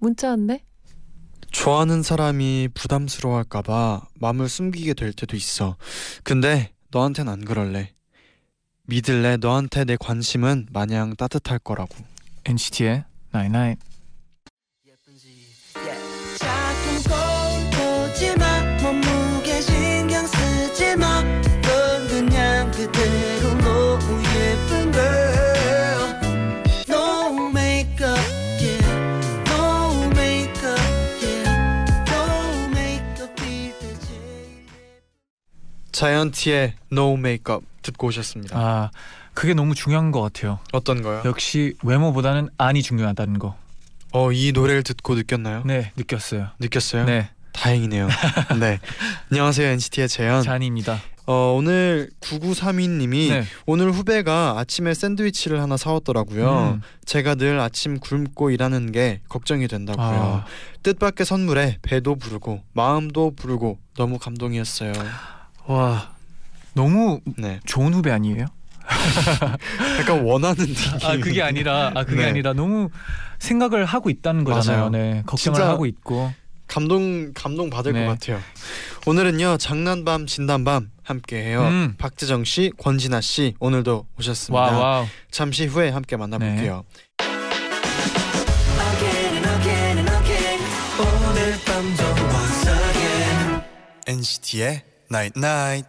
문자 왔네. 좋아하는 사람이 부담스러워할까봐 마음을 숨기게 될 때도 있어. 근데 너한텐 안 그럴래. 믿을래 너한테 내 관심은 마냥 따뜻할 거라고. NCT의 Night Night. 예. 자꾸 꼬부지마 몸무게 신경 쓰지마 넌 그냥 그대로 너무 예쁜 girl No makeup yeah No makeup yeah No makeup 이때 제일 자이언티의 No Makeup 듣고 오셨습니다. 아 그게 너무 중요한 것 같아요. 어떤 거요? 역시 외모보다는 안이 중요하다는 거. 어 이 노래를 듣고 느꼈나요? 네 느꼈어요. 느꼈어요? 네 다행이네요. 네. 안녕하세요 NCT의 재현. 잔입니다. 어 오늘 9932님이 네. 오늘 후배가 아침에 샌드위치를 하나 사왔더라고요. 음. 제가 늘 아침 굶고 일하는 게 걱정이 된다고요. 아, 뜻밖의 선물에 배도 부르고 마음도 부르고 너무 감동이었어요. 와 너무 네, 좋은 후배 아니에요? 약간 원하는 느낌. 아 그게 아니라 아 그게 네. 아니라 너무 생각을 하고 있다는 거잖아요. 맞아요. 네 걱정을 진짜- 하고 있고. 감동 감동 받을 네. 것 같아요. 오늘은요 장난밤 진단밤 함께해요. 음. 박지정 씨, 권진아 씨 오늘도 오셨습니다. 와 네. 와우. 잠시 후에 함께 만나볼게요. Again and again and again 오늘 밤도 once again NCT의 Night Night.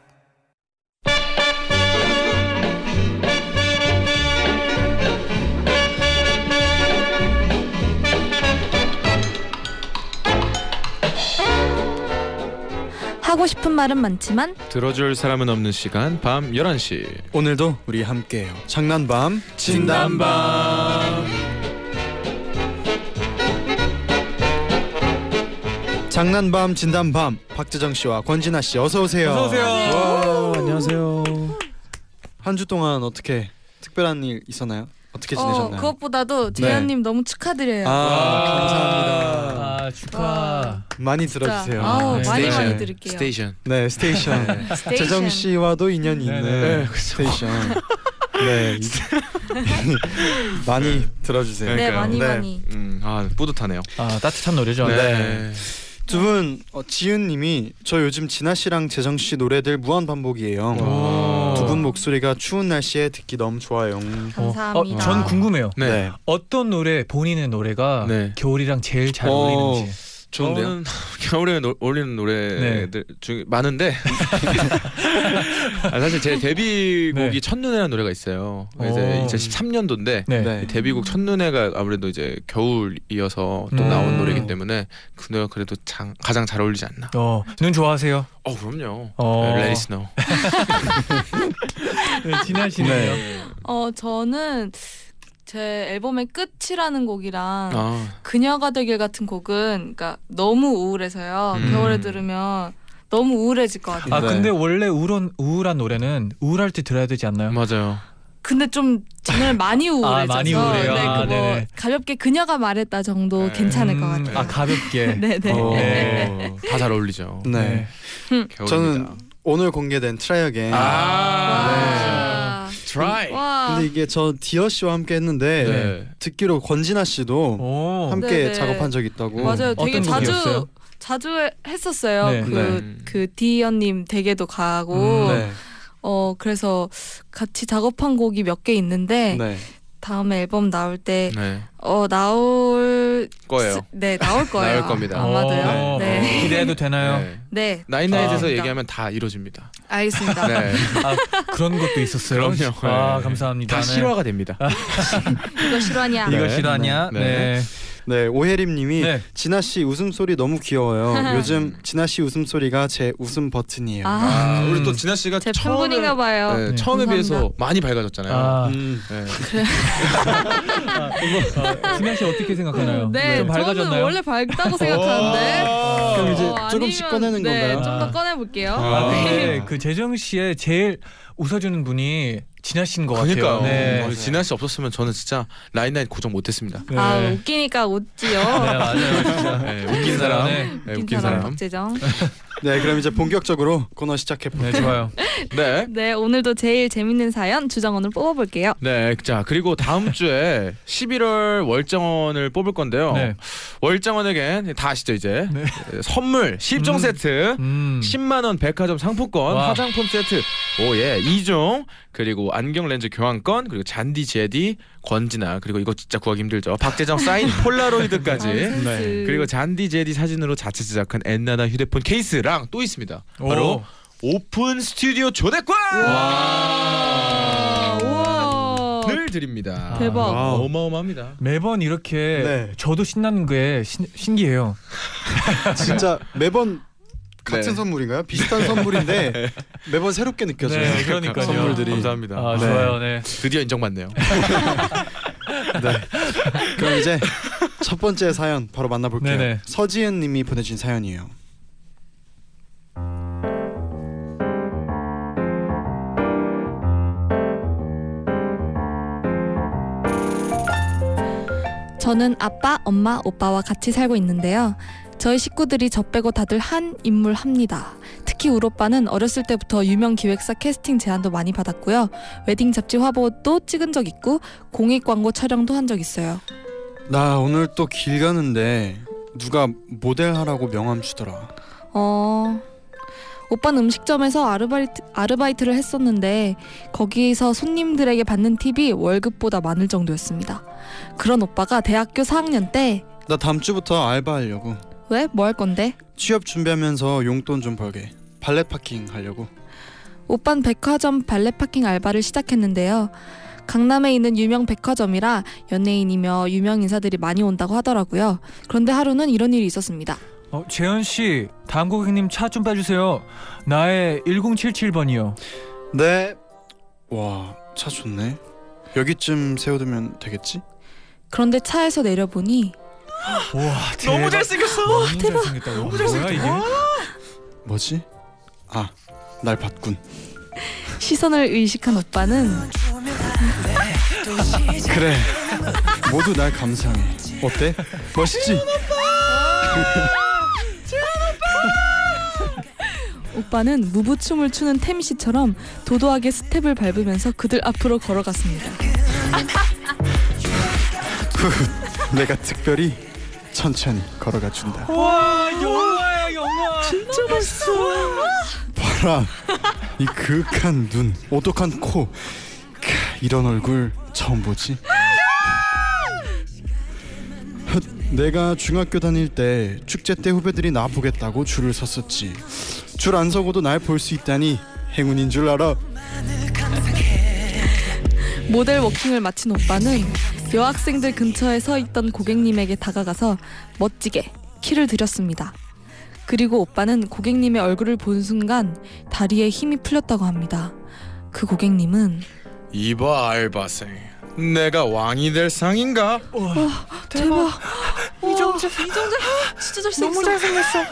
하고 싶은 말은 많지만 들어줄 사람은 없는 시간 밤 11시 오늘도 우리 함께해요. 장난밤 장난밤 진단밤 박재정 씨와 권진아 씨 어서 오세요. 어서 오세요. 네. 안녕하세요 한 주 동안 어떻게 특별한 일 있었나요? 어떻게 어 지내셨나요? 그것보다도 재현님 너무 축하드려요. 아, 와. 감사합니다. 아 축하. 많이 진짜. 들어주세요. 아우, 많이 네. 스테이션. 많이 들을게요. 스테이션 네 스테이션 스테이션. 재정 씨와도 인연이 네네. 있는 네, 스테이션. 네 이- 많이 들어주세요. 네 그러니까요. 많이 네. 많이. 음, 아 뿌듯하네요 아 따뜻한 노래죠. 네. 두 분 어, 지은님이 저 요즘 진아 씨랑 재정 씨 노래들 무한 반복이에요. 오. 두 분 목소리가 추운 날씨에 듣기 너무 좋아요. 감사합니다. 어, 전 궁금해요. 네. 어떤 노래 본인의 노래가 네. 겨울이랑 제일 잘 어. 어울리는지. 좋은데요? 저는 네. 겨울에 노, 어울리는 노래들 중에 많은데 아, 사실 제 데뷔곡이 네. 첫눈에라는 노래가 있어요 오. 이제 2013년도인데 네. 네. 데뷔곡 첫눈에가 아무래도 이제 겨울이어서 또 음. 나온 노래이기 때문에 그 노래가 그래도 장, 가장 잘 어울리지 않나 어, 눈 좋아하세요? 어 그럼요 어. Let it snow 네, 지나시네요. 어 저는 제 앨범의 끝이라는 곡이랑 아, 그녀가 되길 같은 곡은 그러니까 너무 우울해서요. 음. 겨울에 들으면 너무 우울해질 것 같아요. 아 네. 근데 원래 우울한 우울한 노래는 우울할 때 들어야 되지 않나요? 아, 맞아요 근데 좀 정말 많이 아, 우울해져서 많이 우울해요? 네, 아, 그뭐 네네. 가볍게 그녀가 말했다 정도 네. 괜찮을 것 음, 같아요. 아 가볍게. 네네. 어. 다 잘 어울리죠. 네. 네. 겨울입니다. 저는 오늘 공개된 트라이어겐. 아, 네. 아, 와. 트라이. 와. 근데 이게 저 디어 씨와 함께 했는데 네. 듣기로 권진아 씨도 오. 함께 네네. 작업한 적 있다고. 맞아요. 어떤 되게 곡이었어요? 자주 자주 해- 했었어요. 네. 그 네. 음. 그 디언님 댁에도 가고 음, 네. 어 그래서 같이 작업한 곡이 몇 개 있는데 네. 다음에 앨범 나올 때 어 네. 나올 거예요. 스- 네 나올 거예요. 나올 겁니다. 아마도요. 오, 네. 네. 어, 기대해도 되나요? 네. 네 나인나잇에서 아. 얘기하면 다 이루어집니다. 알겠습니다. 네. 아 그런 것도 있었어요. 그럼요. 아 네. 감사합니다. 다 네. 실화가 됩니다. 이거 실화냐? 이거 네. 실화냐? 네. 네. 네, 오혜림님이 네. 진아 씨 웃음소리 너무 귀여워요. 요즘 진아 씨 웃음소리가 제 웃음 버튼이에요. 아, 아, 음. 우리 또 진아 씨가 제 처음에- 팬분인가 봐요. 네, 아. 네. 처음에 감사합니다. 네. 비해서 많이 밝아졌잖아요. 아 음. 네. 이거 진아 씨 어떻게 생각하나요? 네, 좀 저는 밝아졌나요? 원래 밝다고 생각하는데. 그럼 이제 어, 아니면- 조금씩 꺼내는 네, 건가요? 좀 더 꺼내 볼게요. 아, 아. 네. 근데 그 재정 씨의 제일 웃어주는 분이 진아 씨인 것 그러니까요. 음, 같아요. 네. 우리 진아 씨 없었으면 저는 진짜 라인라인 고정 못했습니다. 네. 아, 네, 웃기니까 웃지요. 맞아요. 진짜. 네, 웃긴 사람, 네. 네, 웃긴 사람. 박재정. 네, 그럼 이제 본격적으로 코너 시작해 볼게요. 네, 좋아요. 네. 네, 오늘도 제일 재밌는 사연 주정원을 뽑아 볼게요. 네, 자 그리고 다음 주에 11월 월정원을 뽑을 건데요. 네. 월정원에겐 다 아시죠 이제 네. 에, 선물 10종 음. 세트, 음. 10만 원 백화점 상품권, 와. 화장품 세트, 오예 2종 그리고 안경 렌즈 교환권 그리고 잔디 제디 권지나 그리고 이거 진짜 구하기 힘들죠. 박재정 사인 아, 아, 폴라로이드까지. 네. 그리고 잔디 제디 사진으로 자체 제작한 엔나나 휴대폰 케이스랑 또 있습니다. 바로 오픈 스튜디오 초대권 아, 우와. 늘 드립니다. 대박. 아, 어마어마합니다. 매번 이렇게 네. 저도 신나는 게 신, 신기해요. 진짜 매번 같은 네. 선물인가요? 비슷한 선물인데 매번 새롭게 느껴져요. 네, 그러니까요. 선물들이. 감사합니다. 아, 네. 좋아요. 네. 드디어 인정받네요. 그럼 이제 첫 번째 사연 바로 만나볼게요. 네네. 서지은 님이 보내준 사연이에요. 저는 아빠, 엄마, 오빠와 같이 살고 있는데요. 저희 식구들이 저 빼고 다들 한 인물 합니다. 특히 울 오빠는 어렸을 때부터 유명 기획사 캐스팅 제안도 많이 받았고요. 웨딩 잡지 화보도 찍은 적 있고 공익 광고 촬영도 한 적 있어요. 나 오늘 또 길 가는데 누가 모델 하라고 명함 주더라. 어. 오빠는 음식점에서 아르바이트, 아르바이트를 했었는데 거기서 손님들에게 받는 팁이 월급보다 많을 정도였습니다. 그런 오빠가 대학교 4학년 때 나 다음 주부터 알바하려고. 왜? 뭐 할 건데? 취업 준비하면서 용돈 좀 벌게. 발렛 파킹 하려고. 오빤 백화점 발레 파킹 알바를 시작했는데요. 강남에 있는 유명 백화점이라 연예인이며 유명 인사들이 많이 온다고 하더라고요. 그런데 하루는 이런 일이 있었습니다. 어, 재현 씨, 다음 고객님 차 좀 빼주세요. 나의 1077번이요. 네. 와, 차 좋네. 여기쯤 세워두면 되겠지? 그런데 차에서 내려보니 와, 너무 잘생겼어. 대박. 생겼다. 너무 잘생겼다. 이게? 뭐지? 아, 날 봤군. 시선을 의식한 오빠는 그래. 모두 날 감상해. 어때? 멋있지? 오빠는 무부춤을 추는 태미 씨처럼 도도하게 스텝을 밟으면서 그들 앞으로 걸어갔습니다. 내가 특별히 천천히 걸어가 준다. 와, 영화야, 영화. 봐라. 이 그윽한 눈, 오독한 코. 캬, 이런 얼굴 처음 보지? 헛, 내가 중학교 다닐 때 축제 때 후배들이 나 보겠다고 줄을 섰었지. 줄 안 서고도 날 볼 수 있다니 행운인 줄 알아. 모델 워킹을 마친 오빠는 여학생들 근처에 서 있던 고객님에게 다가가서 멋지게 키를 들였습니다. 그리고 오빠는 고객님의 얼굴을 본 순간 다리에 힘이 풀렸다고 합니다. 그 고객님은 이봐 알바생, 내가 왕이 될 상인가? 대박 어, 이정재 이정재 진짜 잘생겼어.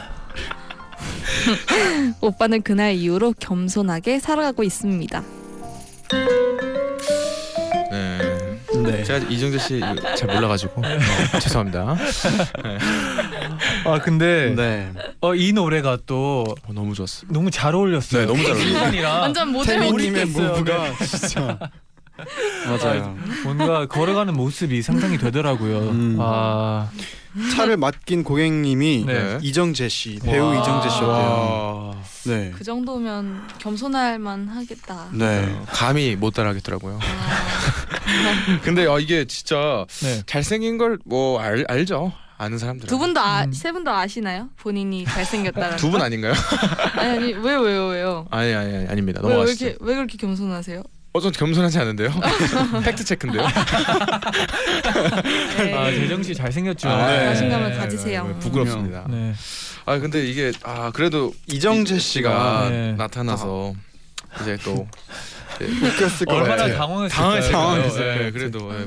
오빠는 그날 이후로 겸손하게 살아가고 있습니다. 네. 네. 제가 이정재 씨 잘 몰라가지고 어, 죄송합니다. 아, 근데 네. 어, 이 노래가 또 어, 너무 좋았어. 너무 잘 어울렸어요. 네, 너무 잘 어울려요. 순간이랑 완전 모델 태민님의 몰입했어요. 네. 무브가 진짜 맞아요. 뭔가 걸어가는 모습이 상상이 되더라고요. 음. 아, 차를 맡긴 고객님이 네. 이정재 씨 배우 와. 이정재 씨였대요. 와, 네. 그 정도면 겸손할 만 하겠다. 아, 네. 감히 못 따라하겠더라고요. 근데 어, 이게 진짜 네. 잘생긴 걸 뭐 알죠? 아는 사람들. 두 분도 아, 음. 세 분도 아시나요? 본인이 잘생겼다는. 두분 아닌가요? 아니 아니 왜요 왜요 왜요. 아니 아니 아니 아닙니다. 왜, 왜 넘어가시죠. 이렇게 왜 그렇게 겸손하세요? 어, 전 겸손하지 않은데요. 팩트 체크인데요. 아, 네. 재정 씨 잘생겼죠. 아, 네. 자신감을 네. 가지세요. 부끄럽습니다. 네. 아 근데 이게 아 그래도 이정재 이- 씨가 네. 아. 나타나서 이제 또 웃겼을 것 얼마나 같아요. 당황했을까요? 어, 네. 당황했을 당황했을 거예요. 거예요. 예, 그래도 예,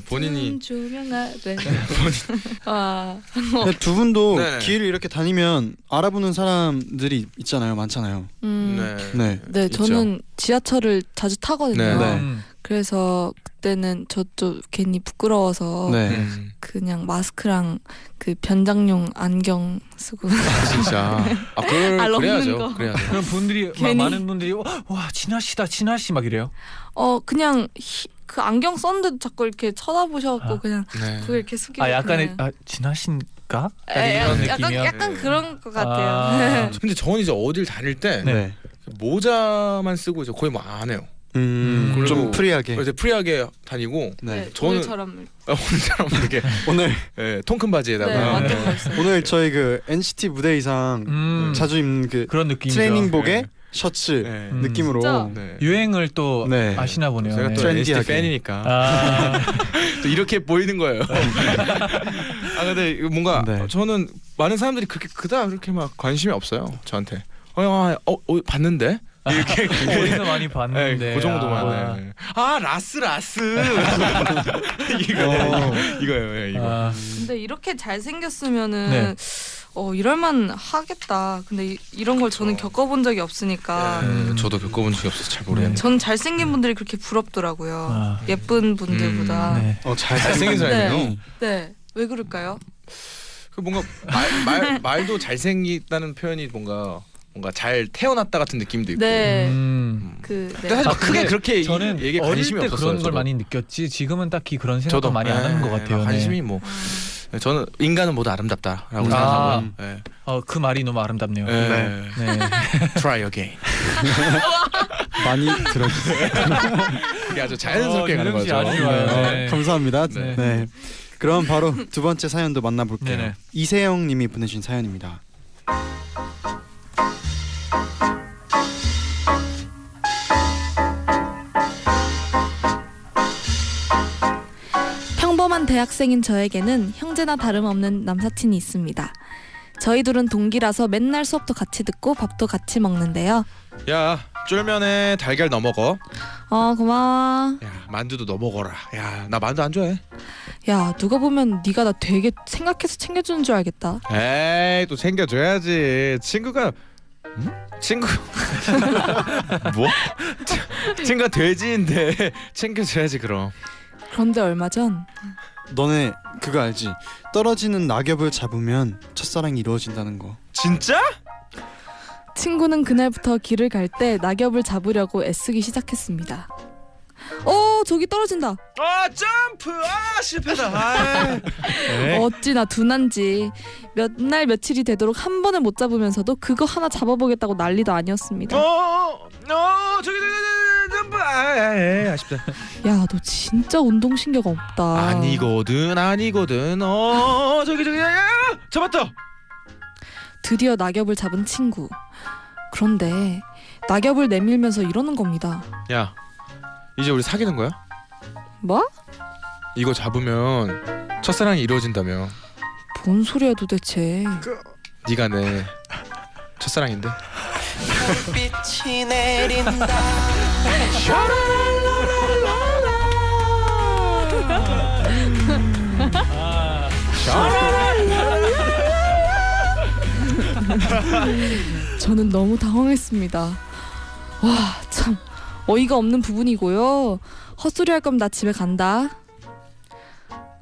네. 본인이 네, 조명아래. 아, 와. 근데 두 분도 네네. 길을 이렇게 다니면 알아보는 사람들이 있잖아요. 많잖아요. 음. 네. 네. 있죠. 저는 지하철을 자주 타거든요. 네, 네. 음. 그래서 그때는 저도 괜히 부끄러워서 어. 네. 음, 그냥 마스크랑 그 변장용 안경 쓰고 진짜. 아, 그걸 아, 넣는 그래야죠. 거. 그래야죠. 그럼 분들이 막 괜히. 많은 분들이 어, 와 진아 씨다 진아 씨 막 이래요. 어 그냥 히- 그 안경 썼는데도 자꾸 이렇게 쳐다보셔갖고 아. 그냥 네. 그걸 이렇게 숙이고 아 약간의 그냥. 아 진아 씨인가? 에, 이런 약간 느낌이야. 약간 그런 것 아. 같아요. 근데 저는 이제 어딜 다닐 때 네. 모자만 쓰고 이제 거의 뭐 안 해요. 음, 그리고- 좀 프리하게. 이제 프리하게 다니고 네. 저는- 저처럼 아, 혼자랑 이렇게 오늘 예, 통큰 네, 바지에다가 완전 멋있어요. 오늘 저희 그 NCT 무대 이상 음, 자주 입는 그 그런 느낌이죠. 트레이닝복에 네. 셔츠 네. 음. 느낌으로 진짜. 네. 유행을 또 네. 아시나 보네요. 제가 네. 또 NCT 트렌디하게. 팬이니까 아, 또 이렇게 보이는 거예요. 아 근데 이거 뭔가 네. 저는 많은 사람들이 그렇게 그다음 그렇게 막 관심이 없어요 저한테. 어, 어, 어, 어 봤는데 이렇게 어디서 많이 봤는데. 네, 그 정도만. 네. 아 라스 라스 이거 어. 이거예요 예, 이거. 아, 근데 이렇게 잘 생겼으면은 네. 어 이럴만 하겠다. 근데 이, 이런 걸 저는 그렇죠. 겪어본 적이 아. 없으니까 음. 예, 저도 겪어본 적이 없어서 잘 네. 모르겠는데. 전 잘생긴 분들이 그렇게 부럽더라고요. 아. 예쁜 분들보다. 아, 네. 어, 잘 잘생긴 사람이네요. 네. 왜 그럴까요? 그 뭔가 말, 말 말도 잘생겼다는 표현이 뭔가 뭔가 잘 태어났다 같은 느낌도 있고. 네. 음. 음. 그 네. 근데 사실 아, 막 크게 근데 그렇게 저는 얘기 어릴 관심이 때 없었어요. 그런 걸 저도. 많이 느꼈지 지금은 딱히 그런 생각도 많이 안 예, 하는 것 예, 같아요. 관심이 네. 뭐 저는 인간은 모두 아름답다라고 음. 생각하고. 예. 어, 그 말이 너무 아름답네요. 예. 네. Try again. 많이 들어주세요. 이게 아주 자연스럽게 어, 가는 유명씨 거죠. 아주 좋아요. 네. 네. 감사합니다. 네. 네. 그럼 바로 두 번째 사연도 만나볼게요. 네네. 이세영 님이 보내주신 사연입니다. 평범한 대학생인 저에게는 형제나 다름없는 남사친이 있습니다. 저희 둘은 동기라서 맨날 수업도 같이 듣고 밥도 같이 먹는데요. 야 쫄면에 달걀 넣어 먹어. 어 고마워. 야 만두도 넣어 먹어라. 야 나 만두 안 좋아해. 야 누가 보면 네가 나 되게 생각해서 챙겨주는 줄 알겠다. 에이 또 챙겨줘야지. 친구가 음? 친구 뭐? 친- 친구가 돼지인데 챙겨줘야지 그럼. 그런데 얼마 전 너네 그거 알지? 떨어지는 낙엽을 잡으면 첫사랑이 이루어진다는 거. 진짜? 친구는 그날부터 길을 갈 때 낙엽을 잡으려고 애쓰기 시작했습니다. 어 저기 떨어진다. 아 점프 아 실패다. 아이. 네. 에이. 어찌나 둔한지 몇 날 며칠이 되도록 한 번을 못 잡으면서도 그거 하나 잡아보겠다고 난리도 아니었습니다. 어, 어, 저기 저기 저기 점프. 아, 예, 예, 아쉽다. 야 너 진짜 운동신경 없다. 아니거든, 아니거든. 어, 저기 저기 야, 잡았다. 드디어 낙엽을 잡은 친구. 그런데 낙엽을 내밀면서 이러는 겁니다. 야, 이제 우리 사귀는 거야? 뭐? 이거 잡으면 첫사랑이 이루어진다며. 뭔 소리야 도대체. 네가 내 첫사랑인데. 빛이 내린다 저는 너무 당황했습니다. 와, 참 어이가 없는 부분이고요. 헛소리 할 거면 나 집에 간다.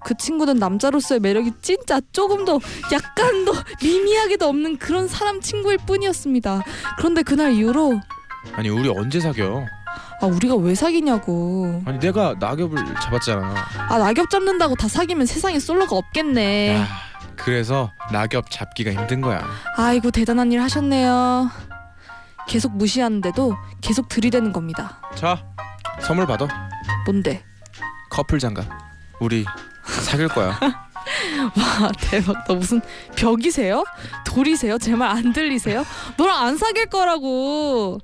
그 친구는 남자로서의 매력이 진짜 조금도 약간도 미미하게도 없는 그런 사람 친구일 뿐이었습니다. 그런데 그날 이후로 아니 우리 언제 사겨? 아 우리가 왜 사귀냐고. 아니 내가 낙엽을 잡았잖아. 아 낙엽 잡는다고 다 사귀면 세상에 솔로가 없겠네. 야, 그래서 낙엽 잡기가 힘든 거야. 아이고 대단한 일 하셨네요. 계속 무시하는데도 계속 들이대는 겁니다. 자, 선물 받아. 뭔데? 커플 장갑. 우리 사귈 거야. 와 아, 대박 너 무슨 벽이세요? 돌이세요? 제 말 안 들리세요? 너랑 안 사귈 거라고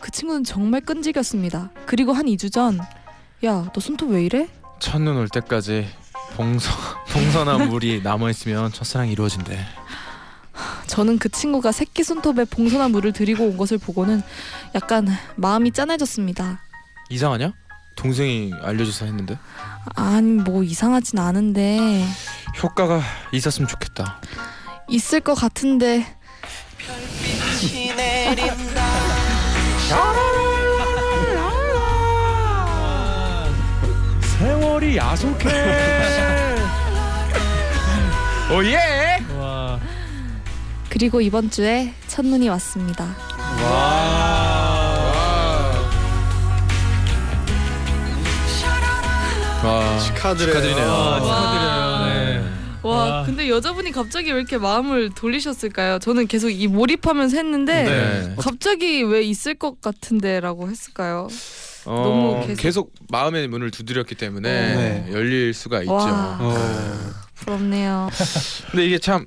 그 친구는 정말 끈질겼습니다 그리고 한 2주 전 야 너 손톱 왜 이래? 첫눈 올 때까지 봉선 봉선한 물이 남아 있으면 첫사랑이 이루어진대. 저는 그 친구가 새끼 손톱에 봉선한 물을 들이고 온 것을 보고는 약간 마음이 짠해졌습니다 이상하냐? 동생이 알려줘서 했는데 아니 뭐 이상하진 않은데 효과가 있었으면 좋겠다. 있을 것 같은데 별빛이 내린다 세월이 야속해. 오예. 와. 그리고 이번 주에 첫눈이 왔습니다. 와. 축하드려요. 아, 축하드려요. 네. 와, 아. 와. 근데 여자분이 갑자기 왜 이렇게 마음을 돌리셨을까요? 저는 계속 이 몰입하면서 했는데 네. 갑자기 왜 있을 것 같은데라고 했을까요? 어, 너무 계속... 계속- 마음의 문을 두드렸기 때문에 네. 열릴 수가 있죠. 와. 어. 부럽네요. 근데 이게 참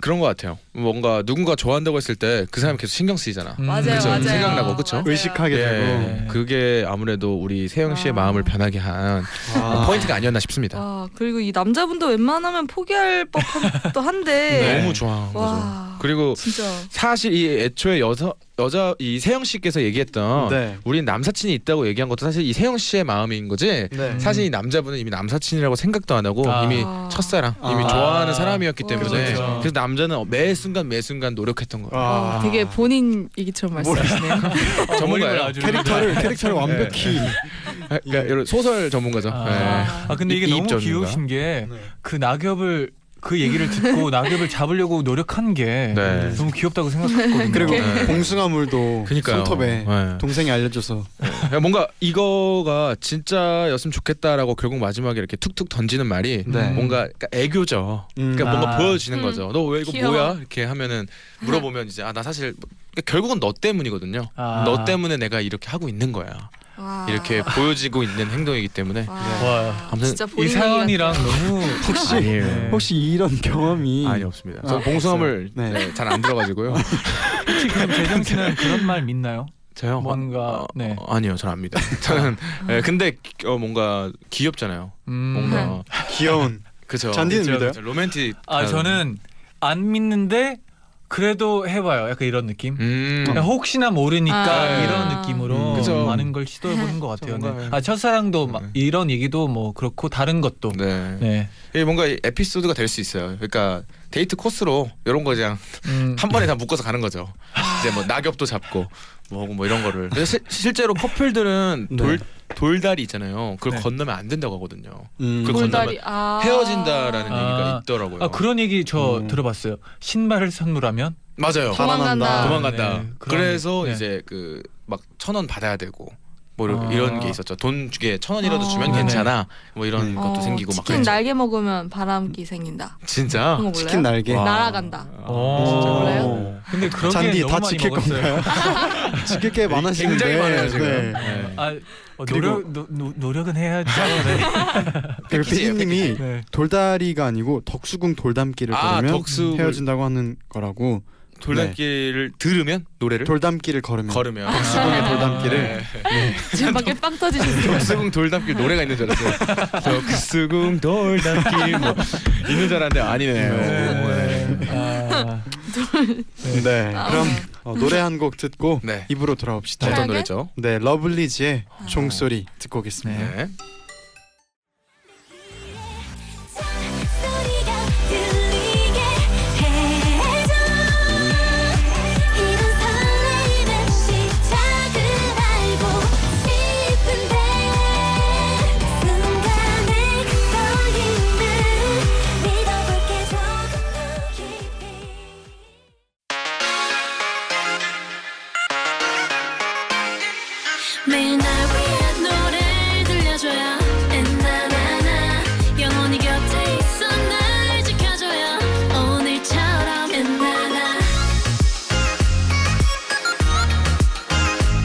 그런 것 같아요. 뭔가 누군가 좋아한다고 했을 때 그 사람 계속 신경 쓰이잖아. 음, 맞아요, 그쵸. 맞아요. 생각나고, 그쵸? 맞아요. 의식하게 되고 예, 그게 아무래도 우리 세영 씨의 아. 마음을 변하게 한 아. 포인트가 아니었나 싶습니다. 와, 그리고 이 남자분도 웬만하면 포기할 법도 한데. 너무 좋아한 네. 거죠. 와, 그리고 진짜. 사실 이 애초에 여자 여자 이 세영 씨께서 얘기했던 네. 우린 남사친이 있다고 얘기한 것도 사실 이 세영 씨의 마음인 거지. 네. 음. 사실 이 남자분은 이미 남사친이라고 생각도 안 하고 아. 이미 첫사랑 이미 아. 좋아하는 사람이었기 어. 때문에 그렇죠. 그래서 남자는 매 순간 매 순간 노력했던 아. 거예요. 와, 어, 되게 본인 얘기처럼 말씀하시네요. 전문가예요. 아주 캐릭터를 캐릭터를 완벽히 아, 그러니까 이런 소설 전문가죠. 아, 네. 아 근데 이- 이게 너무 이입 전문가. 귀여우신 게 그 네. 낙엽을 그 얘기를 듣고 낙엽을 잡으려고 노력한 게 네. 너무 귀엽다고 생각했거든요. 그리고 네. 봉숭아물도 그러니까요. 손톱에 네. 동생이 알려줘서 야, 뭔가 이거가 진짜였으면 좋겠다라고 결국 마지막에 이렇게 툭툭 던지는 말이 네. 뭔가 그러니까 애교죠. 음. 그러니까 뭔가 아. 보여지는 음. 거죠. 너 왜 이거 귀여워. 뭐야? 이렇게 하면은 물어보면 이제 아 나 사실 뭐- 그러니까 결국은 너 때문이거든요. 아. 너 때문에 내가 이렇게 하고 있는 거야. 와. 이렇게 네. 보여지고 있는 행동이기 때문에 와, 와. 아무튼 진짜 이 본인 사연이랑 너무 혹시 아니에요. 예. 네. 혹시 이런 음. 경험이 아니 없습니다. 아, 저는 봉숭아물 없어요. 네. 잘 안 들어가지고요. 혹시 그럼 재정 씨는 그런 말 믿나요? 저요. 뭔가, 어, 네. 아. 어, 아니요, 잘 압니다. 저는 예, 근데 어, 뭔가 귀엽잖아요. 음. 뭔가 귀여운 그죠. 잔디는 그죠, 믿어요? 그죠. 로맨틱. 아 저는 안 믿는데 그래도 해봐요. 약간 이런 느낌. 음. 그냥 혹시나 모르니까 아. 이런 느낌으로 음, 그죠. 많은 걸 시도해보는 것 같아요. 뭔가, 네. 예. 아 첫사랑도 막 네. 이런 얘기도 뭐 그렇고 다른 것도 네. 네. 이게 뭔가 이 에피소드가 될 수 있어요. 그러니까 데이트 코스로 이런 거 그냥 음, 한 번에 다 묶어서 가는 거죠. 이제 뭐 낙엽도 잡고 뭐고 뭐 이런 거를. 근데 시- 실제로 커플들은 네. 돌 돌다리 있잖아요. 그걸 네. 건너면 안 된다고 하거든요. 음. 그 돌다리- 건너면 아. 헤어진다라는 아. 얘기가 있더라고요. 아 그런 얘기 저 음. 들어봤어요. 신발을 선물하면 맞아요. 도망간다. 달아난다. 도망간다. 네, 그런- 그래서 네. 이제 그 막 천 원 받아야 되고 뭐 아. 이런 게 있었죠. 돈 주게 천 원이라도 아. 주면 네네. 괜찮아. 뭐 이런 아, 음. 것도 생기고 막 어, 치킨 그랬죠. 날개 먹으면 바람기 생긴다. 진짜. 그런 거 몰라요? 치킨 날개 와. 날아간다. 아, 진짜. 오. 몰라요? 근데 그런 게 잔디 너무 다 많이 지킬 먹었어요. 건가요? 지킬 게 많으시는데 네, 굉장히 많아요 지금. 네. 네. 아 어, 그리고- 노력 노, 노, 노력은 해야죠. 네. 그리고 피디님이 네. 돌다리가 아니고 덕수궁 돌담길을 아, 걸으면 덕수궁. 헤어진다고 하는 거라고 돌담길을 들으면 노래를 네. 돌담길을 걸으면 네? 걸으면 덕수궁의 돌담길을 네. 지금 밖에 빵 터지셨어요. 덕수궁 돌담길 노래가 있는 줄 알았어요. 덕수궁 돌담길 뭐 있는 줄 알았는데 아니네요. 네. 네. 아, 네. 그럼 어, 노래 한 곡 듣고 아, 네. 입으로 돌아옵시다. 어떤 최악의? 노래죠? 네, 러블리즈의 종소리 듣고 오겠습니다. 네. 소리가 들리게 해줘 이런 설레임의 시작을 알고 싶은데 순간에 그 떨림을 믿어볼게 조금 더 깊이 매일 날 위한 노래를 들려줘요 엔나나나 영원히 곁에 있어 날 지켜줘요 오늘처럼 엔나나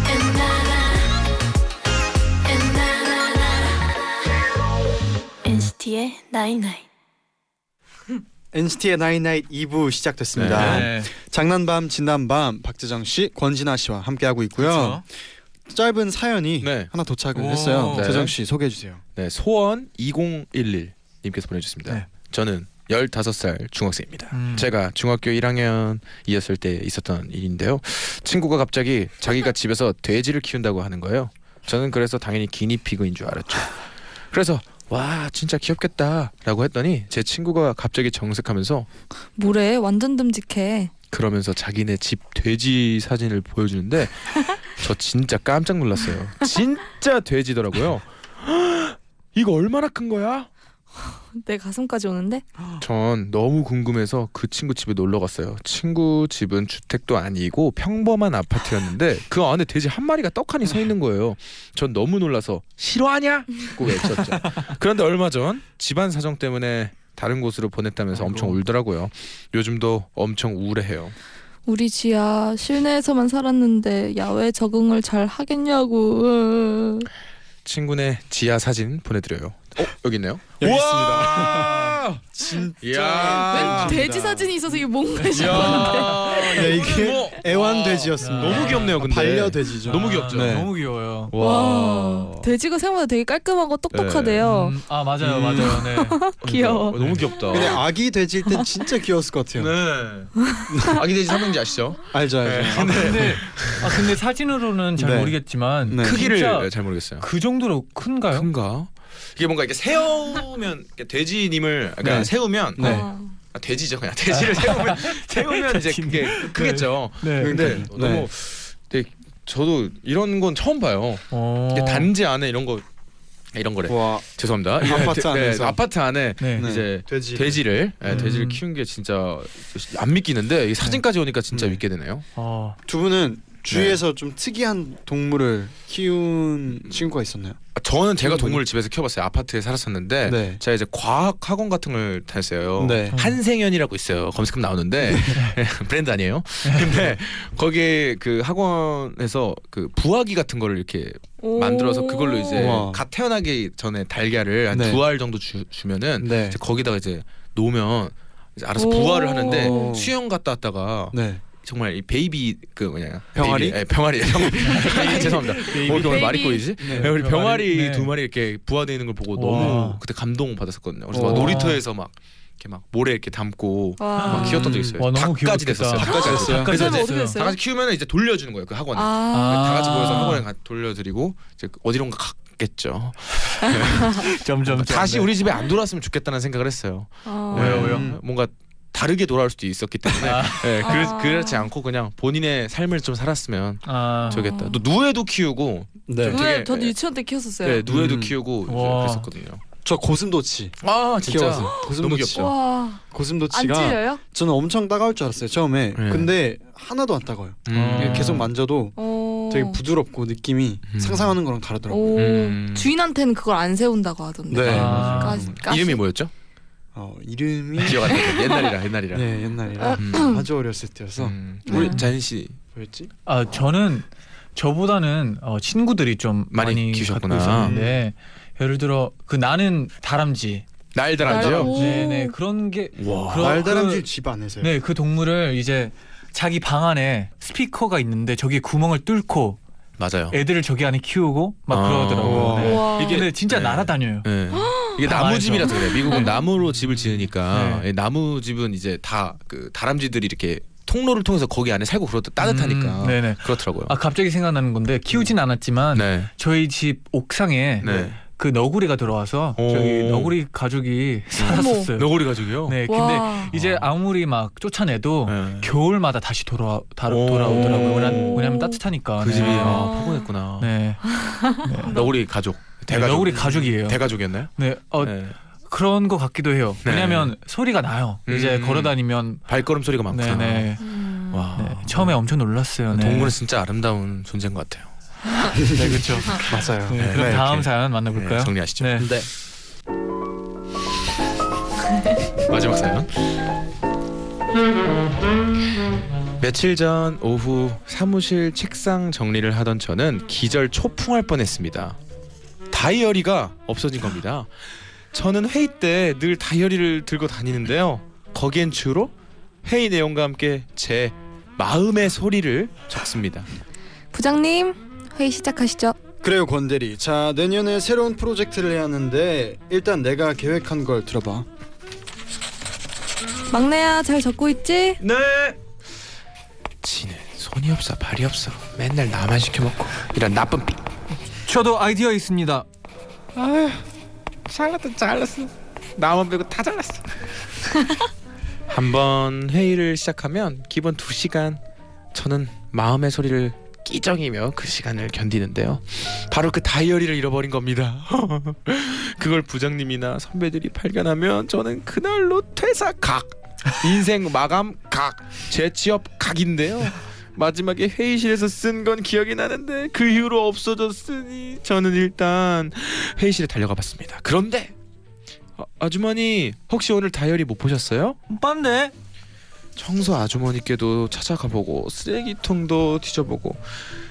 엔나나 엔나나나 NCT의 나잇나잇 NCT의 나인나잇 2부 시작됐습니다. 네. 장난밤 진난밤 박재정 씨, 권진아 씨와 함께 하고 있고요. 짧은 사연이 그렇죠. 네. 하나 도착을 오. 했어요. 네. 재정 씨 소개해 주세요. 네, 소원 2011님께서 보내주셨습니다. 네. 저는 15살 중학생입니다. 음. 제가 중학교 1학년이었을 때 있었던 일인데요. 친구가 갑자기 자기가 집에서 돼지를 키운다고 하는 거예요. 저는 그래서 당연히 기니피그인 줄 알았죠. 그래서 와 진짜 귀엽겠다라고 했더니 제 친구가 갑자기 정색하면서 뭐래 완전 듬직해. 그러면서 자기네 집 돼지 사진을 보여주는데 저 진짜 깜짝 놀랐어요. 진짜 돼지더라고요. 이거 얼마나 큰 거야? 내 가슴까지 오는데 전 너무 궁금해서 그 친구 집에 놀러 갔어요. 친구 집은 주택도 아니고 평범한 아파트였는데 그 안에 돼지 한 마리가 떡하니 서 있는 거예요. 전 너무 놀라서 싫어하냐? 고 외쳤죠. 그런데 얼마 전 집안 사정 때문에 다른 곳으로 보냈다면서 엄청 울더라고요. 요즘도 엄청 우울해해요. 우리 지야 실내에서만 살았는데 야외 적응을 잘 하겠냐고. 으. 친구네 지하 사진 보내드려요. 어 여기 있네요. 여기 우와! 웬 이야. 돼지 사진이 있어서 이게 뭔가 싶었는데. 이야. 야, 이게 뭐- 애완돼지였습니다. 너무 귀엽네요, 근데. 아, 반려돼지죠. 아, 너무 귀엽죠? 네. 너무 귀여워요. 와 돼지가 생각보다 되게 깔끔하고 똑똑하대요. 음, 아 맞아요, 맞아요. 네. 귀여워. 그러니까, 너무 귀엽다. 근데 아기 돼지일 땐 진짜 귀여웠을 것 같아요. 네. 아기 돼지 삼형제 아시죠? 네. 알죠, 네. 알죠. 아, 근데 아 근데 사진으로는 잘 네. 모르겠지만 네. 크기를 진짜 잘 모르겠어요. 그 정도로 큰가요? 큰가? 이게 뭔가 이렇게 세우면 이렇게 돼지님을 그러니까 네. 세우면 음. 네. 어. 아, 돼지죠 그냥 돼지를 세우면 세우면 이제 그게 크겠죠. 네. 근데 네. 너무 되게 저도 이런 건 처음 봐요. 어. 이게 단지 안에 이런 거 이런 거래. 와, 죄송합니다. 어. 아파트 네, 안에서. 아파트 안에 네. 네. 네. 이제 돼지. 돼지를 예, 음. 돼지를 키운 게 진짜 안 믿기는데 이 사진까지 오니까 진짜 네. 믿게 되네요. 어. 두 분은 주위에서 네. 좀 특이한 동물을 키운 친구가 있었나요? 아, 저는 제가 그분이- 동물을 집에서 키워봤어요. 아파트에 살았었는데 네. 제가 이제 과학 학원 같은 걸 다녔어요. 네. 한생연이라고 있어요. 검색하면 나오는데 네, 브랜드 아니에요. 근데 거기에 그 학원에서 그 부화기 같은 거를 이렇게 오. 만들어서 그걸로 이제 우와. 갓 태어나기 전에 달걀을 한 네. 두 알 정도 주, 주면은 네. 이제 거기다가 이제 놓으면 이제 알아서 오. 부화를 하는데 오. 수영 갔다 왔다가 어. 네. 정말 이 베이비 그 뭐냐 병아리? 베이비, 예, 병아리 병아리 베이비, 죄송합니다. 어, 이거 오늘 말이 베이비. 꼬이지? 네. 네, 우리 병아리 병아리, 네. 두 마리 이렇게 부화되어 있는 걸 보고 와. 너무 그때 감동 받았었거든요. 그래서 막 와. 놀이터에서 막 이렇게 막 모래 이렇게 담고 와. 막 키웠던 아, 적 있어요. 와, 너무 귀엽겠다. 닭까지 됐었어요. 닭까지 됐어요. 닭까지 네. 그래서 그러면 이제 어떻게 다 됐어요? 같이 키우면 이제 돌려주는 거예요. 그 학원에. 아. 다 같이 모여서 학원에 가, 돌려드리고 이제 어디론가 갔겠죠. 점점 다시 우리 집에 안 돌아왔으면 좋겠다는 생각을 했어요. 어. 네. 아. 왜요, 왜요? 음, 뭔가 다르게 돌아올 수도 있었기 때문에 예, 아. 그렇지 않고 그냥 본인의 삶을 좀 살았으면 아. 좋겠다. 또 누에도 키우고 네. 누에 되게- 저도 유치원 때 키웠었어요. 네, 누에도 음. 키우고 이제 와. 그랬었거든요. 저 고슴도치 아 키워서 너무 고슴도치. 귀엽죠. 와. 안 고슴도치가 찔려요? 저는 엄청 따가울 줄 알았어요 처음에. 네. 근데 하나도 안 따가워요. 음. 계속 만져도 어. 되게 부드럽고 느낌이 음. 상상하는 거랑 다르더라고요. 오. 음. 주인한테는 그걸 안 세운다고 하던데. 네. 아. 까시- 까시- 이름이 뭐였죠? 어, 이름이 기억 안 나요. 옛날이라 옛날이라. 네 옛날이라 음. 아주 어렸을 때여서 음. 우리 자인 씨 뭐였지? 아 저는 저보다는 어, 친구들이 좀 많이 많이, 키우셨구나. 갖고 있었는데 예를 들어 그 나는 다람쥐 날다람쥐요. 오. 네네 그런 게 와. 그럼 말다람쥐 그- 집 안에서요. 네, 그 동물을 이제 자기 방 안에 스피커가 있는데 저기 구멍을 뚫고 맞아요. 애들을 저기 안에 키우고 막 어. 아. 그러더라고요. 네. 우와. 이게- 근데 진짜 네. 날아다녀요. 네. 이게 다 나무 말해서. 집이라서 그래. 미국은 나무로 집을 지으니까 네. 이 나무 집은 이제 다 그 다람쥐들이 이렇게 통로를 통해서 거기 안에 살고 그러다 따뜻하니까 음, 네네. 그렇더라고요. 아 갑자기 생각나는 건데 키우진 않았지만 네. 저희 집 옥상에 네. 그 너구리가 들어와서 오. 저기 너구리 가족이 살았었어요. 어. 너구리 가족이요. 네, 근데 와. 이제 아무리 막 쫓아내도 네. 겨울마다 다시 돌아 다, 오. 돌아오더라고요. 왜냐면, 왜냐면 따뜻하니까. 그 집이 네. 아, 포근했구나. 네. 너구리 가족. 대가족. 너구리 가족이에요. 대가족이었나요? 네, 어, 네. 그런 것 같기도 해요. 네. 왜냐면 소리가 나요. 이제 음. 걸어다니면 발걸음 소리가 많구나. 네네. 음. 와. 네, 처음에 엄청 놀랐어요. 네. 아. 동물은 진짜 아름다운 존재인 것 같아요. 네, 그렇죠. 맞아요. 네, 그럼 다음 이렇게. 사연 만나볼까요? 네, 정리하시죠. 네. 마지막 사연. 며칠 전 오후 사무실 책상 정리를 하던 저는 기절 초풍할 뻔했습니다. 다이어리가 없어진 겁니다. 저는 회의 때 늘 다이어리를 들고 다니는데요. 거기엔 주로 회의 내용과 함께 제 마음의 소리를 적습니다. 부장님 회의 시작하시죠. 그래요 권대리. 자 내년에 새로운 프로젝트를 해야 하는데 일단 내가 계획한 걸 들어봐. 막내야 잘 적고 있지? 네. 지는 손이 없어 발이 없어 맨날 나만 시켜 먹고 이런 나쁜 삐. 저도 아이디어 있습니다. 아휴 샬롯도 잘났어 나만 빼고 다 잘났어 한번 회의를 시작하면 기본 2시간 저는 마음의 소리를 끼정이며 그 시간을 견디는데요 바로 그 다이어리를 잃어버린 겁니다 그걸 부장님이나 선배들이 발견하면 저는 그날로 퇴사 각 인생 마감 각 재취업 각인데요 마지막에 회의실에서 쓴 건 기억이 나는데 그 이후로 없어졌으니 저는 일단 회의실에 달려가 봤습니다. 그런데 아, 아주머니 혹시 오늘 다이어리 못 보셨어요? 빤데? 청소 아주머니께도 찾아가 보고 쓰레기통도 뒤져보고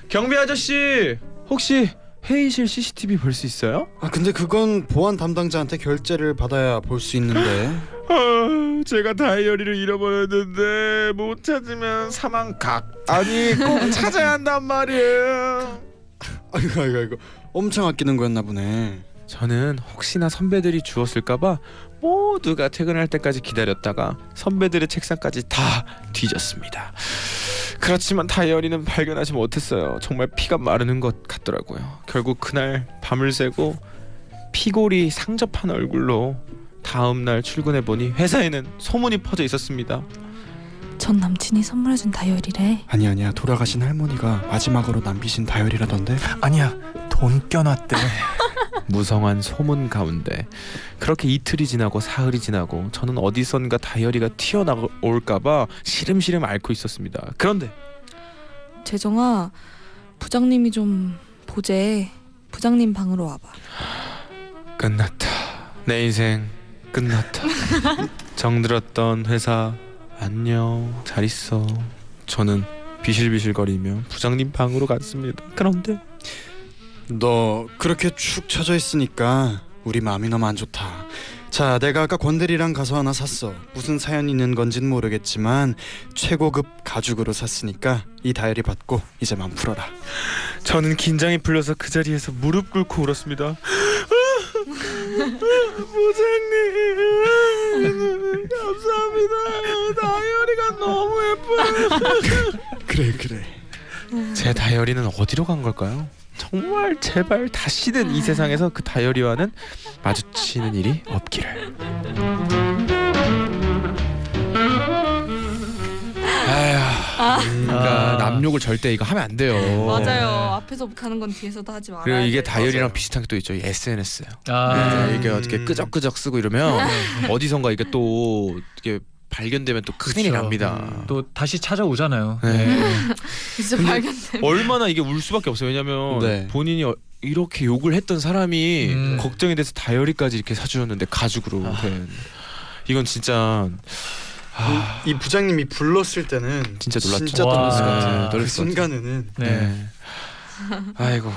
경비 아저씨 혹시 회의실 CCTV 볼 수 있어요? 아 근데 그건 보안 담당자한테 결제를 받아야 볼 수 있는데 아, 제가 다이어리를 잃어버렸는데 못 찾으면 사망 각 아니 꼭 찾아야 한단 말이에요. 아이고 아이고 아이고 엄청 아끼는 거였나 보네 저는 혹시나 선배들이 주었을까봐 모두가 퇴근할 때까지 기다렸다가 선배들의 책상까지 다 뒤졌습니다. 그렇지만 다이어리는 발견하지 못했어요. 정말 피가 마르는 것 같더라고요. 결국 그날 밤을 새고 피골이 상접한 얼굴로 다음 날 출근해 보니 회사에는 소문이 퍼져 있었습니다. 전 남친이 선물해준 다이어리래. 아니 아니야 돌아가신 할머니가 마지막으로 남기신 다이어리라던데 아니야 돈 껴놨대. 무성한 소문 가운데 그렇게 이틀이 지나고 사흘이 지나고 저는 어디선가 다이어리가 튀어나올까봐 시름시름 앓고 있었습니다. 그런데 재정아, 부장님이 좀 보재. 부장님 방으로 와봐. 끝났다. 내 인생 끝났다. 정들었던 회사 안녕 잘 있어. 저는 비실비실거리며 부장님 방으로 갔습니다. 그런데 너 그렇게 축 처져 있으니까 우리 마음이 너무 안 좋다. 자, 내가 아까 권대리랑 가서 하나 샀어. 무슨 사연이 있는 건진 모르겠지만 최고급 가죽으로 샀으니까 이 다이어리 받고 이제 마음 풀어라. 저는 긴장이 풀려서 그 자리에서 무릎 꿇고 울었습니다. 아, 부장님 감사합니다. 다이어리가 너무 예뻐요. 그래, 그래. 제 다이어리는 어디로 간 걸까요? 정말 제발 다시는 이 세상에서 그 다이어리와는 마주치는 일이 없기를. 아휴, 그러니까 남욕을 절대 이거 하면 안 돼요. 맞아요. 앞에서 못하는 건 뒤에서도 하지 말아요. 어. 네. 그리고 이게 다이어리랑 비슷한 게 또 있죠. SNS. 아, 네, 이게 어떻게 끄적끄적 쓰고 이러면 어디선가 이게 또 이게 발견되면 또 큰일이 그쵸. 음. 납니다. 또 다시 찾아오잖아요. 네. 진짜 근데- 발견되면 얼마나 이게 울 수밖에 없어요. 왜냐면 네. 본인이 어- 이렇게 욕을 했던 사람이 음. 걱정이 돼서 다이어리까지 이렇게 사주셨는데 가죽으로 된 이건 진짜 아, 이 부장님이 불렀을 때는 진짜 놀랐죠. 네, 진짜 놀랐을 것 와, 같아요. 놀랐을 그 것 같아요. 순간에는 네. 네. 아이고.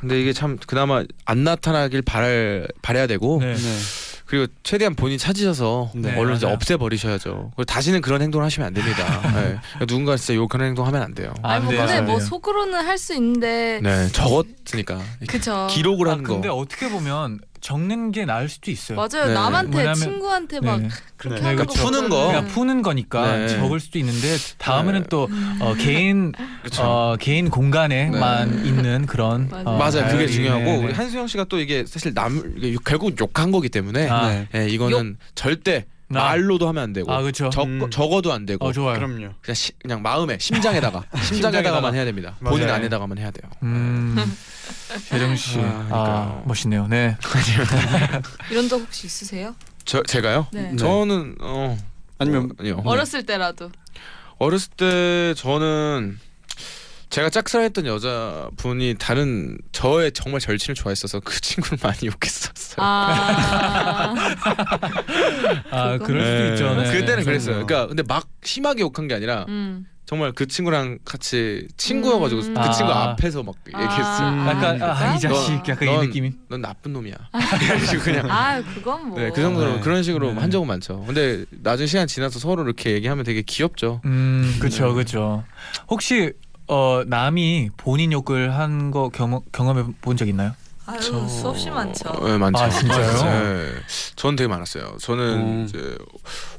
근데 이게 참 그나마 안 나타나길 바랄 바래야 되고 네. 네. 그리고 최대한 본인 찾으셔서 네, 얼른 이제 맞아요. 없애버리셔야죠. 그리고 다시는 그런 행동을 하시면 안 됩니다. 네. 누군가 진짜 욕하는 행동하면 안 돼요. 아, 아니 뭐 안 돼요, 근데 안 뭐 돼요. 속으로는 할 수 있는데 네, 적었으니까 그쵸. 기록을 아, 하는 거. 근데 어떻게 보면 적는 게 나을 수도 있어요. 맞아요. 네. 남한테 왜냐면- 친구한테 막 네. 그렇게 네, 하는 그쵸. 푸는 거. 그냥 푸는 거니까 네. 적을 수도 있는데 다음에는 네. 또 어, 개인 어, 개인 공간에만 있는 그런 맞아요. 어, 네. 맞아요. 그게 다이어리. 중요하고 네, 우리 네. 한수영 씨가 또 이게 사실 남 이게 결국 욕한 거기 때문에 아, 네. 예, 이거는 절대 나- 말로도 하면 안 되고 아 그렇죠. 적, 음. 적어도 안 되고 어 좋아요. 그럼요. 그냥, 시- 그냥 마음에 심장에다가 심장에다가만 해야 됩니다. 본인 맞아요. 안에다가만 해야 돼요. 음. 재정 씨, 아, 아, 그러니까요. 멋있네요. 네. 이런 적 혹시 있으세요? 저 제가요? 네. 네. 저는 어 아니면 아니요. 어렸을 때라도 어렸을 때 저는 제가 짝사랑했던 여자분이 다른 저의 정말 절친을 좋아했어서 그 친구를 많이 욕했었어요. 아 아 그거? 그럴 수도 네. 있죠. 네. 그때는 그럼요. 그랬어요. 그러니까 근데 막 심하게 욕한 게 아니라 음. 정말 그 친구랑 같이 친구여가지고 음. 그 아. 친구 앞에서 막 얘기했어요. 아, 약간 아, 이 자식 약간 넌- 이 느낌이. 넌 나쁜 놈이야. 이래가지고 그냥 아 그건 뭐 네, 그 정도로 네. 그런 식으로 네. 한 적은 많죠. 근데 나중 시간 지나서 서로 이렇게 얘기하면 되게 귀엽죠. 네. 음, 그렇죠, 그렇죠. 혹시 어 남이 본인 욕을 한 거 경험 경험해 본 적 있나요? 아유 음, 수없이 많죠. 네, 많죠. 아, 진짜요? 네. 전 되게 많았어요. 저는 음. 이제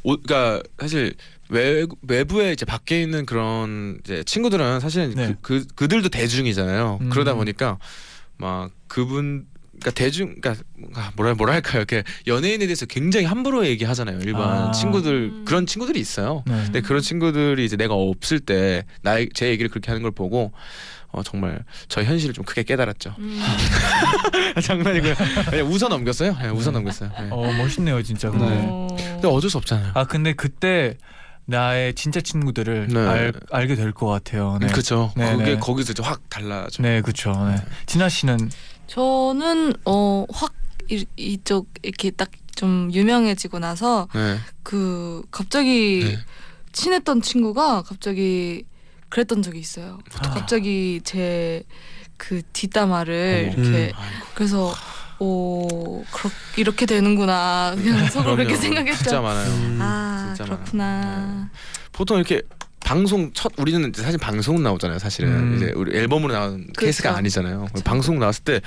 옷, 그러니까 사실 외, 외부에 이제 밖에 있는 그런 이제 친구들은 사실은 네. 그, 그 그들도 대중이잖아요. 음. 그러다 보니까 막 그분 그러니까 대중 그러니까 뭔가 뭐라 뭐랄까요 이렇게 연예인에 대해서 굉장히 함부로 얘기하잖아요 일반 아. 친구들 음. 그런 친구들이 있어요. 네. 근데 그런 친구들이 이제 내가 없을 때 나의 제 얘기를 그렇게 하는 걸 보고 어, 정말 저의 현실을 좀 크게 깨달았죠. 음. 네, 장난이고요. 그냥 예, 웃어 넘겼어요. 네, 웃어 넘겼어요. 네. 어 멋있네요 진짜. 네. 근데. 어. 근데 어쩔 수 없잖아요. 아 근데 그때 나의 진짜 친구들을 네. 알, 알게 될 것 같아요. 네. 그렇죠. 네, 그게 네. 거기서 이제 확 달라져. 네, 그렇죠. 네. 진아 씨는 저는 어확 이쪽 이렇게 딱 좀 유명해지고 나서 네. 그 갑자기 네. 친했던 친구가 갑자기 그랬던 적이 있어요. 아. 갑자기 제 그 뒷담화를 어머. 음. 이렇게 아이고, 그래서 오 그렇 이렇게 되는구나 그냥 속으로 그렇게 그럼요. 진짜 생각했죠. 아 많아요. 음, 진짜 많아요. 네. 그렇구나. 보통 이렇게 방송 첫 우리는 이제 사실 방송 나오잖아요. 사실은 음. 이제 우리 앨범으로 나온 그렇죠. 케이스가 아니잖아요. 그렇죠. 방송 나왔을 때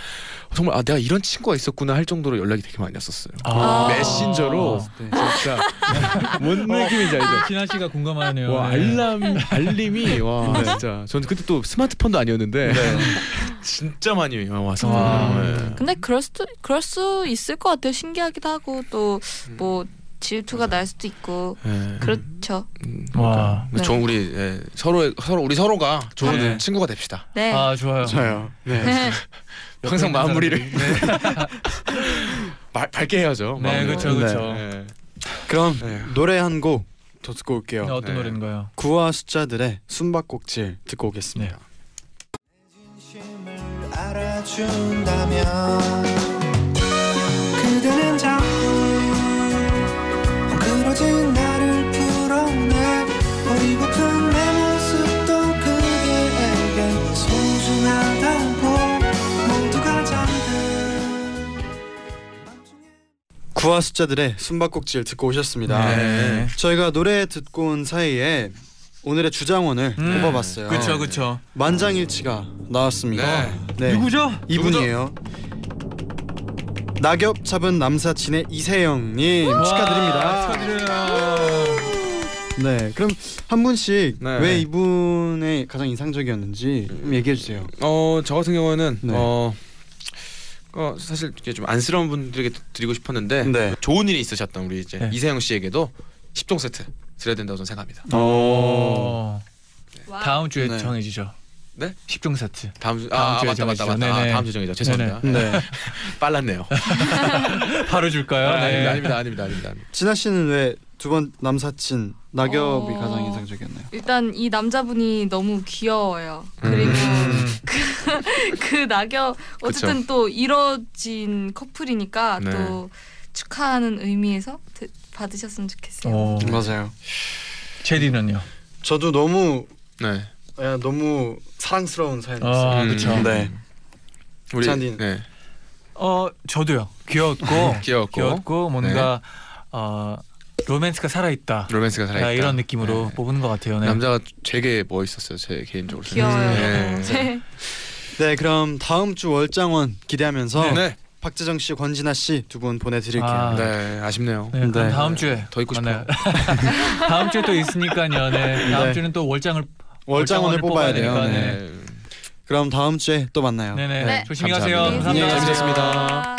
정말 아 내가 이런 친구가 있었구나 할 정도로 연락이 되게 많이 왔었어요. 아. 메신저로 진짜 뭔 느낌인지 알죠? 진아 씨가 공감하네요. 와 네. 알람 알림이 와 네, 진짜 저는 그때 또 스마트폰도 아니었는데 진짜 많이 와서 네. 와. 근데 그럴 수도 그럴 수 있을 것 같아요. 신기하기도 하고 또 음. 뭐 질투가 날 수도 있고 네. 그렇죠. 음, 네. 와. 저 우리 예, 서로 서로 우리 서로가 좋은 네. 친구가 됩시다. 네. 아 좋아요. 저요. 네. 네. 항상 있는 마무리를 말- 밝게 해야죠. 네, 마무리를. 그렇죠, 그렇죠. 네. 그럼 네. 노래 한 곡 더 듣고 네, 올게요. 어떤 네. 노래인가요? 구와 숫자들의 숨바꼭질 듣고 오겠습니다. 진심을 알아준다면 그대는 자꾸 헝클어진 나를 풀어내 버리고 픈내 모습도 그대에게 소중하다고 모두가 잠든 밤중에 구와 숫자들의 숨바꼭질 듣고 오셨습니다. 아, 네. 저희가 노래 듣고 온 사이에 오늘의 주장원을 음. 네. 뽑아봤어요. 그렇죠, 그렇죠. 만장일치가 나왔습니다. 네. 누구죠? 음, 이분이에요. 낙엽 잡은 남사친의 이세영님 와, 축하드립니다. 축하드려요. 네, 그럼 한 분씩 네. 왜 이분의 가장 인상적이었는지 좀 얘기해 주세요. 어, 저 같은 경우는 네. 어, 어 사실 이게 좀 안쓰러운 분들에게 드리고 싶었는데 네. 좋은 일이 있으셨던 우리 이제 네. 이세영 씨에게도 10종 세트 드려야 된다고 저는 생각합니다. 오. 어, 와. 다음 주에 네. 정해지죠. 네? 10종 세트. 다음 주, 다음 아, 아 주에 맞다 맞다 정해지죠. 맞다. 아, 네네. 다음 주 정이죠. 죄송합니다. 네. 빨랐네요. 바로 아, 줄까요? 네. 아닙니다, 아닙니다, 아닙니다, 아닙니다. 아닙니다. 진아 씨는 왜 두 번 남사친 낙엽이 어. 가장 인상적이었나요? 일단 이 남자분이 너무 귀여워요. 음. 그리고 그 낙엽 어쨌든 또 이뤄진 커플이니까 네. 또 축하하는 의미에서 드- 받으셨으면 좋겠어요. 어, 맞아요. 제리는요. 저도 너무 네. 야, 너무 사랑스러운 사연이었어요. 아, 음. 그렇죠. 네. 우리 찬디는? 네. 어, 저도요. 귀엽고 귀엽고. 네. 귀엽고 뭔가 어, 로맨스가 살아있다. 로맨스가 살아있다. 나 이런 느낌으로 네. 뽑은 것 같아요. 네. 남자가 되게 멋있었어요. 제 개인적으로. 귀여워요. 네. 네. 네, 그럼 다음 주 월장원 기대하면서 네. 네. 박재정 씨, 권진아 씨 두 분 보내드릴게요. 아. 네. 아쉽네요. 네, 그럼 네. 다음 주에 더 있고 만나요. 다음 주에 또 있으니까요. 네. 다음 네. 주는 또 월장을 월장원을 월장원을 뽑아야 뽑아야 돼요. 되니까, 네. 네. 그럼 다음 주에 또 만나요. 네네 네. 조심히 감사합니다. 가세요. 감사합니다. 네, 재밌었습니다.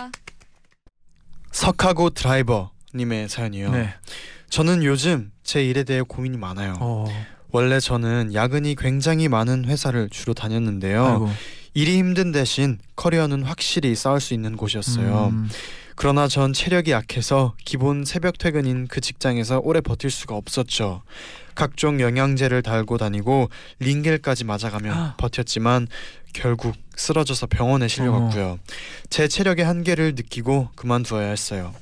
석하고 드라이버 님의 사연이요. 네. 저는 요즘 제 일에 대해 고민이 많아요. 어. 원래 저는 야근이 굉장히 많은 회사를 주로 어, 다녔는데요. 아이고. 일이 힘든 대신 커리어는 확실히 쌓을 수 있는 곳이었어요. 음. 그러나 전 체력이 약해서 기본 새벽 퇴근인 그 직장에서 오래 버틸 수가 없었죠. 각종 영양제를 달고 다니고 링겔까지 맞아가며 아. 버텼지만 결국 쓰러져서 병원에 실려갔고요. 제 체력의 한계를 느끼고 그만두어야 했어요.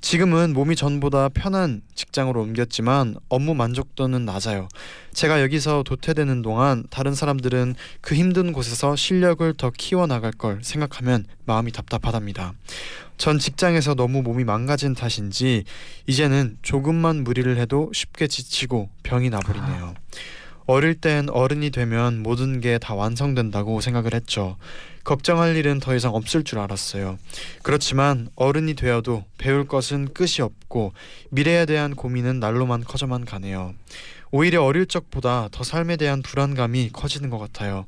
지금은 몸이 전보다 편한 직장으로 옮겼지만 업무 만족도는 낮아요. 제가 여기서 도태되는 동안 다른 사람들은 그 힘든 곳에서 실력을 더 키워나갈 걸 생각하면 마음이 답답하답니다. 전 직장에서 너무 몸이 망가진 탓인지 이제는 조금만 무리를 해도 쉽게 지치고 병이 나버리네요. 어릴 땐 어른이 되면 모든 게 다 완성된다고 생각을 했죠. 걱정할 일은 더 이상 없을 줄 알았어요. 그렇지만 어른이 되어도 배울 것은 끝이 없고 미래에 대한 고민은 날로만 커져만 가네요. 오히려 어릴 적보다 더 삶에 대한 불안감이 커지는 것 같아요.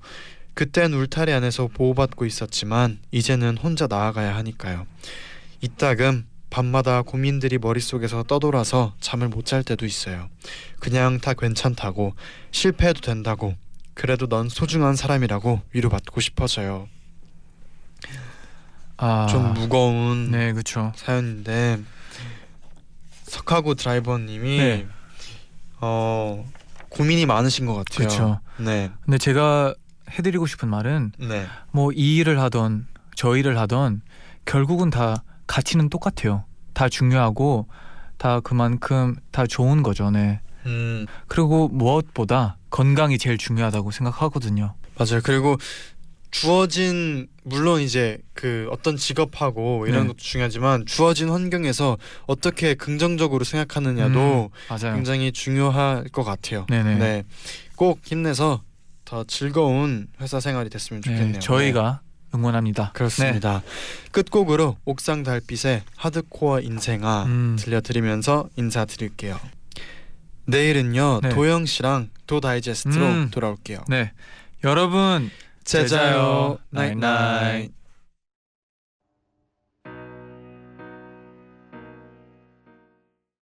그땐 울타리 안에서 보호받고 있었지만 이제는 혼자 나아가야 하니까요. 이따금 밤마다 고민들이 머릿속에서 떠돌아서 잠을 못 잘 때도 있어요. 그냥 다 괜찮다고 실패해도 된다고 그래도 넌 소중한 사람이라고 위로받고 싶어져요. 아, 좀 무거운 네, 그렇죠. 사연인데 석하고 드라이버님이 네. 어 고민이 많으신 것 같아요. 그렇죠. 네, 근데 제가 해드리고 싶은 말은 네, 뭐 이 일을 하던 저 일을 하던 결국은 다 가치는 똑같아요. 다 중요하고 다 그만큼 다 좋은 거죠. 네. 음 그리고 무엇보다 건강이 제일 중요하다고 생각하거든요. 맞아요. 그리고 주어진 물론 이제 그 어떤 직업하고 이런 네. 것도 중요하지만 주어진 환경에서 어떻게 긍정적으로 음. 생각하느냐도 맞아요. 굉장히 중요할 것 같아요. 네. 네네. 네, 꼭 힘내서 더 즐거운 회사 생활이 됐으면 좋겠네요. 네, 저희가 네. 응원합니다. 그렇습니다. 끝곡으로 옥상 달빛의 하드코어 인생아 네. 음, 들려드리면서 인사드릴게요. 내일은요 네. 도영 씨랑 도 다이제스트로 음. 돌아올게요. 네. 여러분 제자요 제자요. 나잇 나잇나잇. 나잇.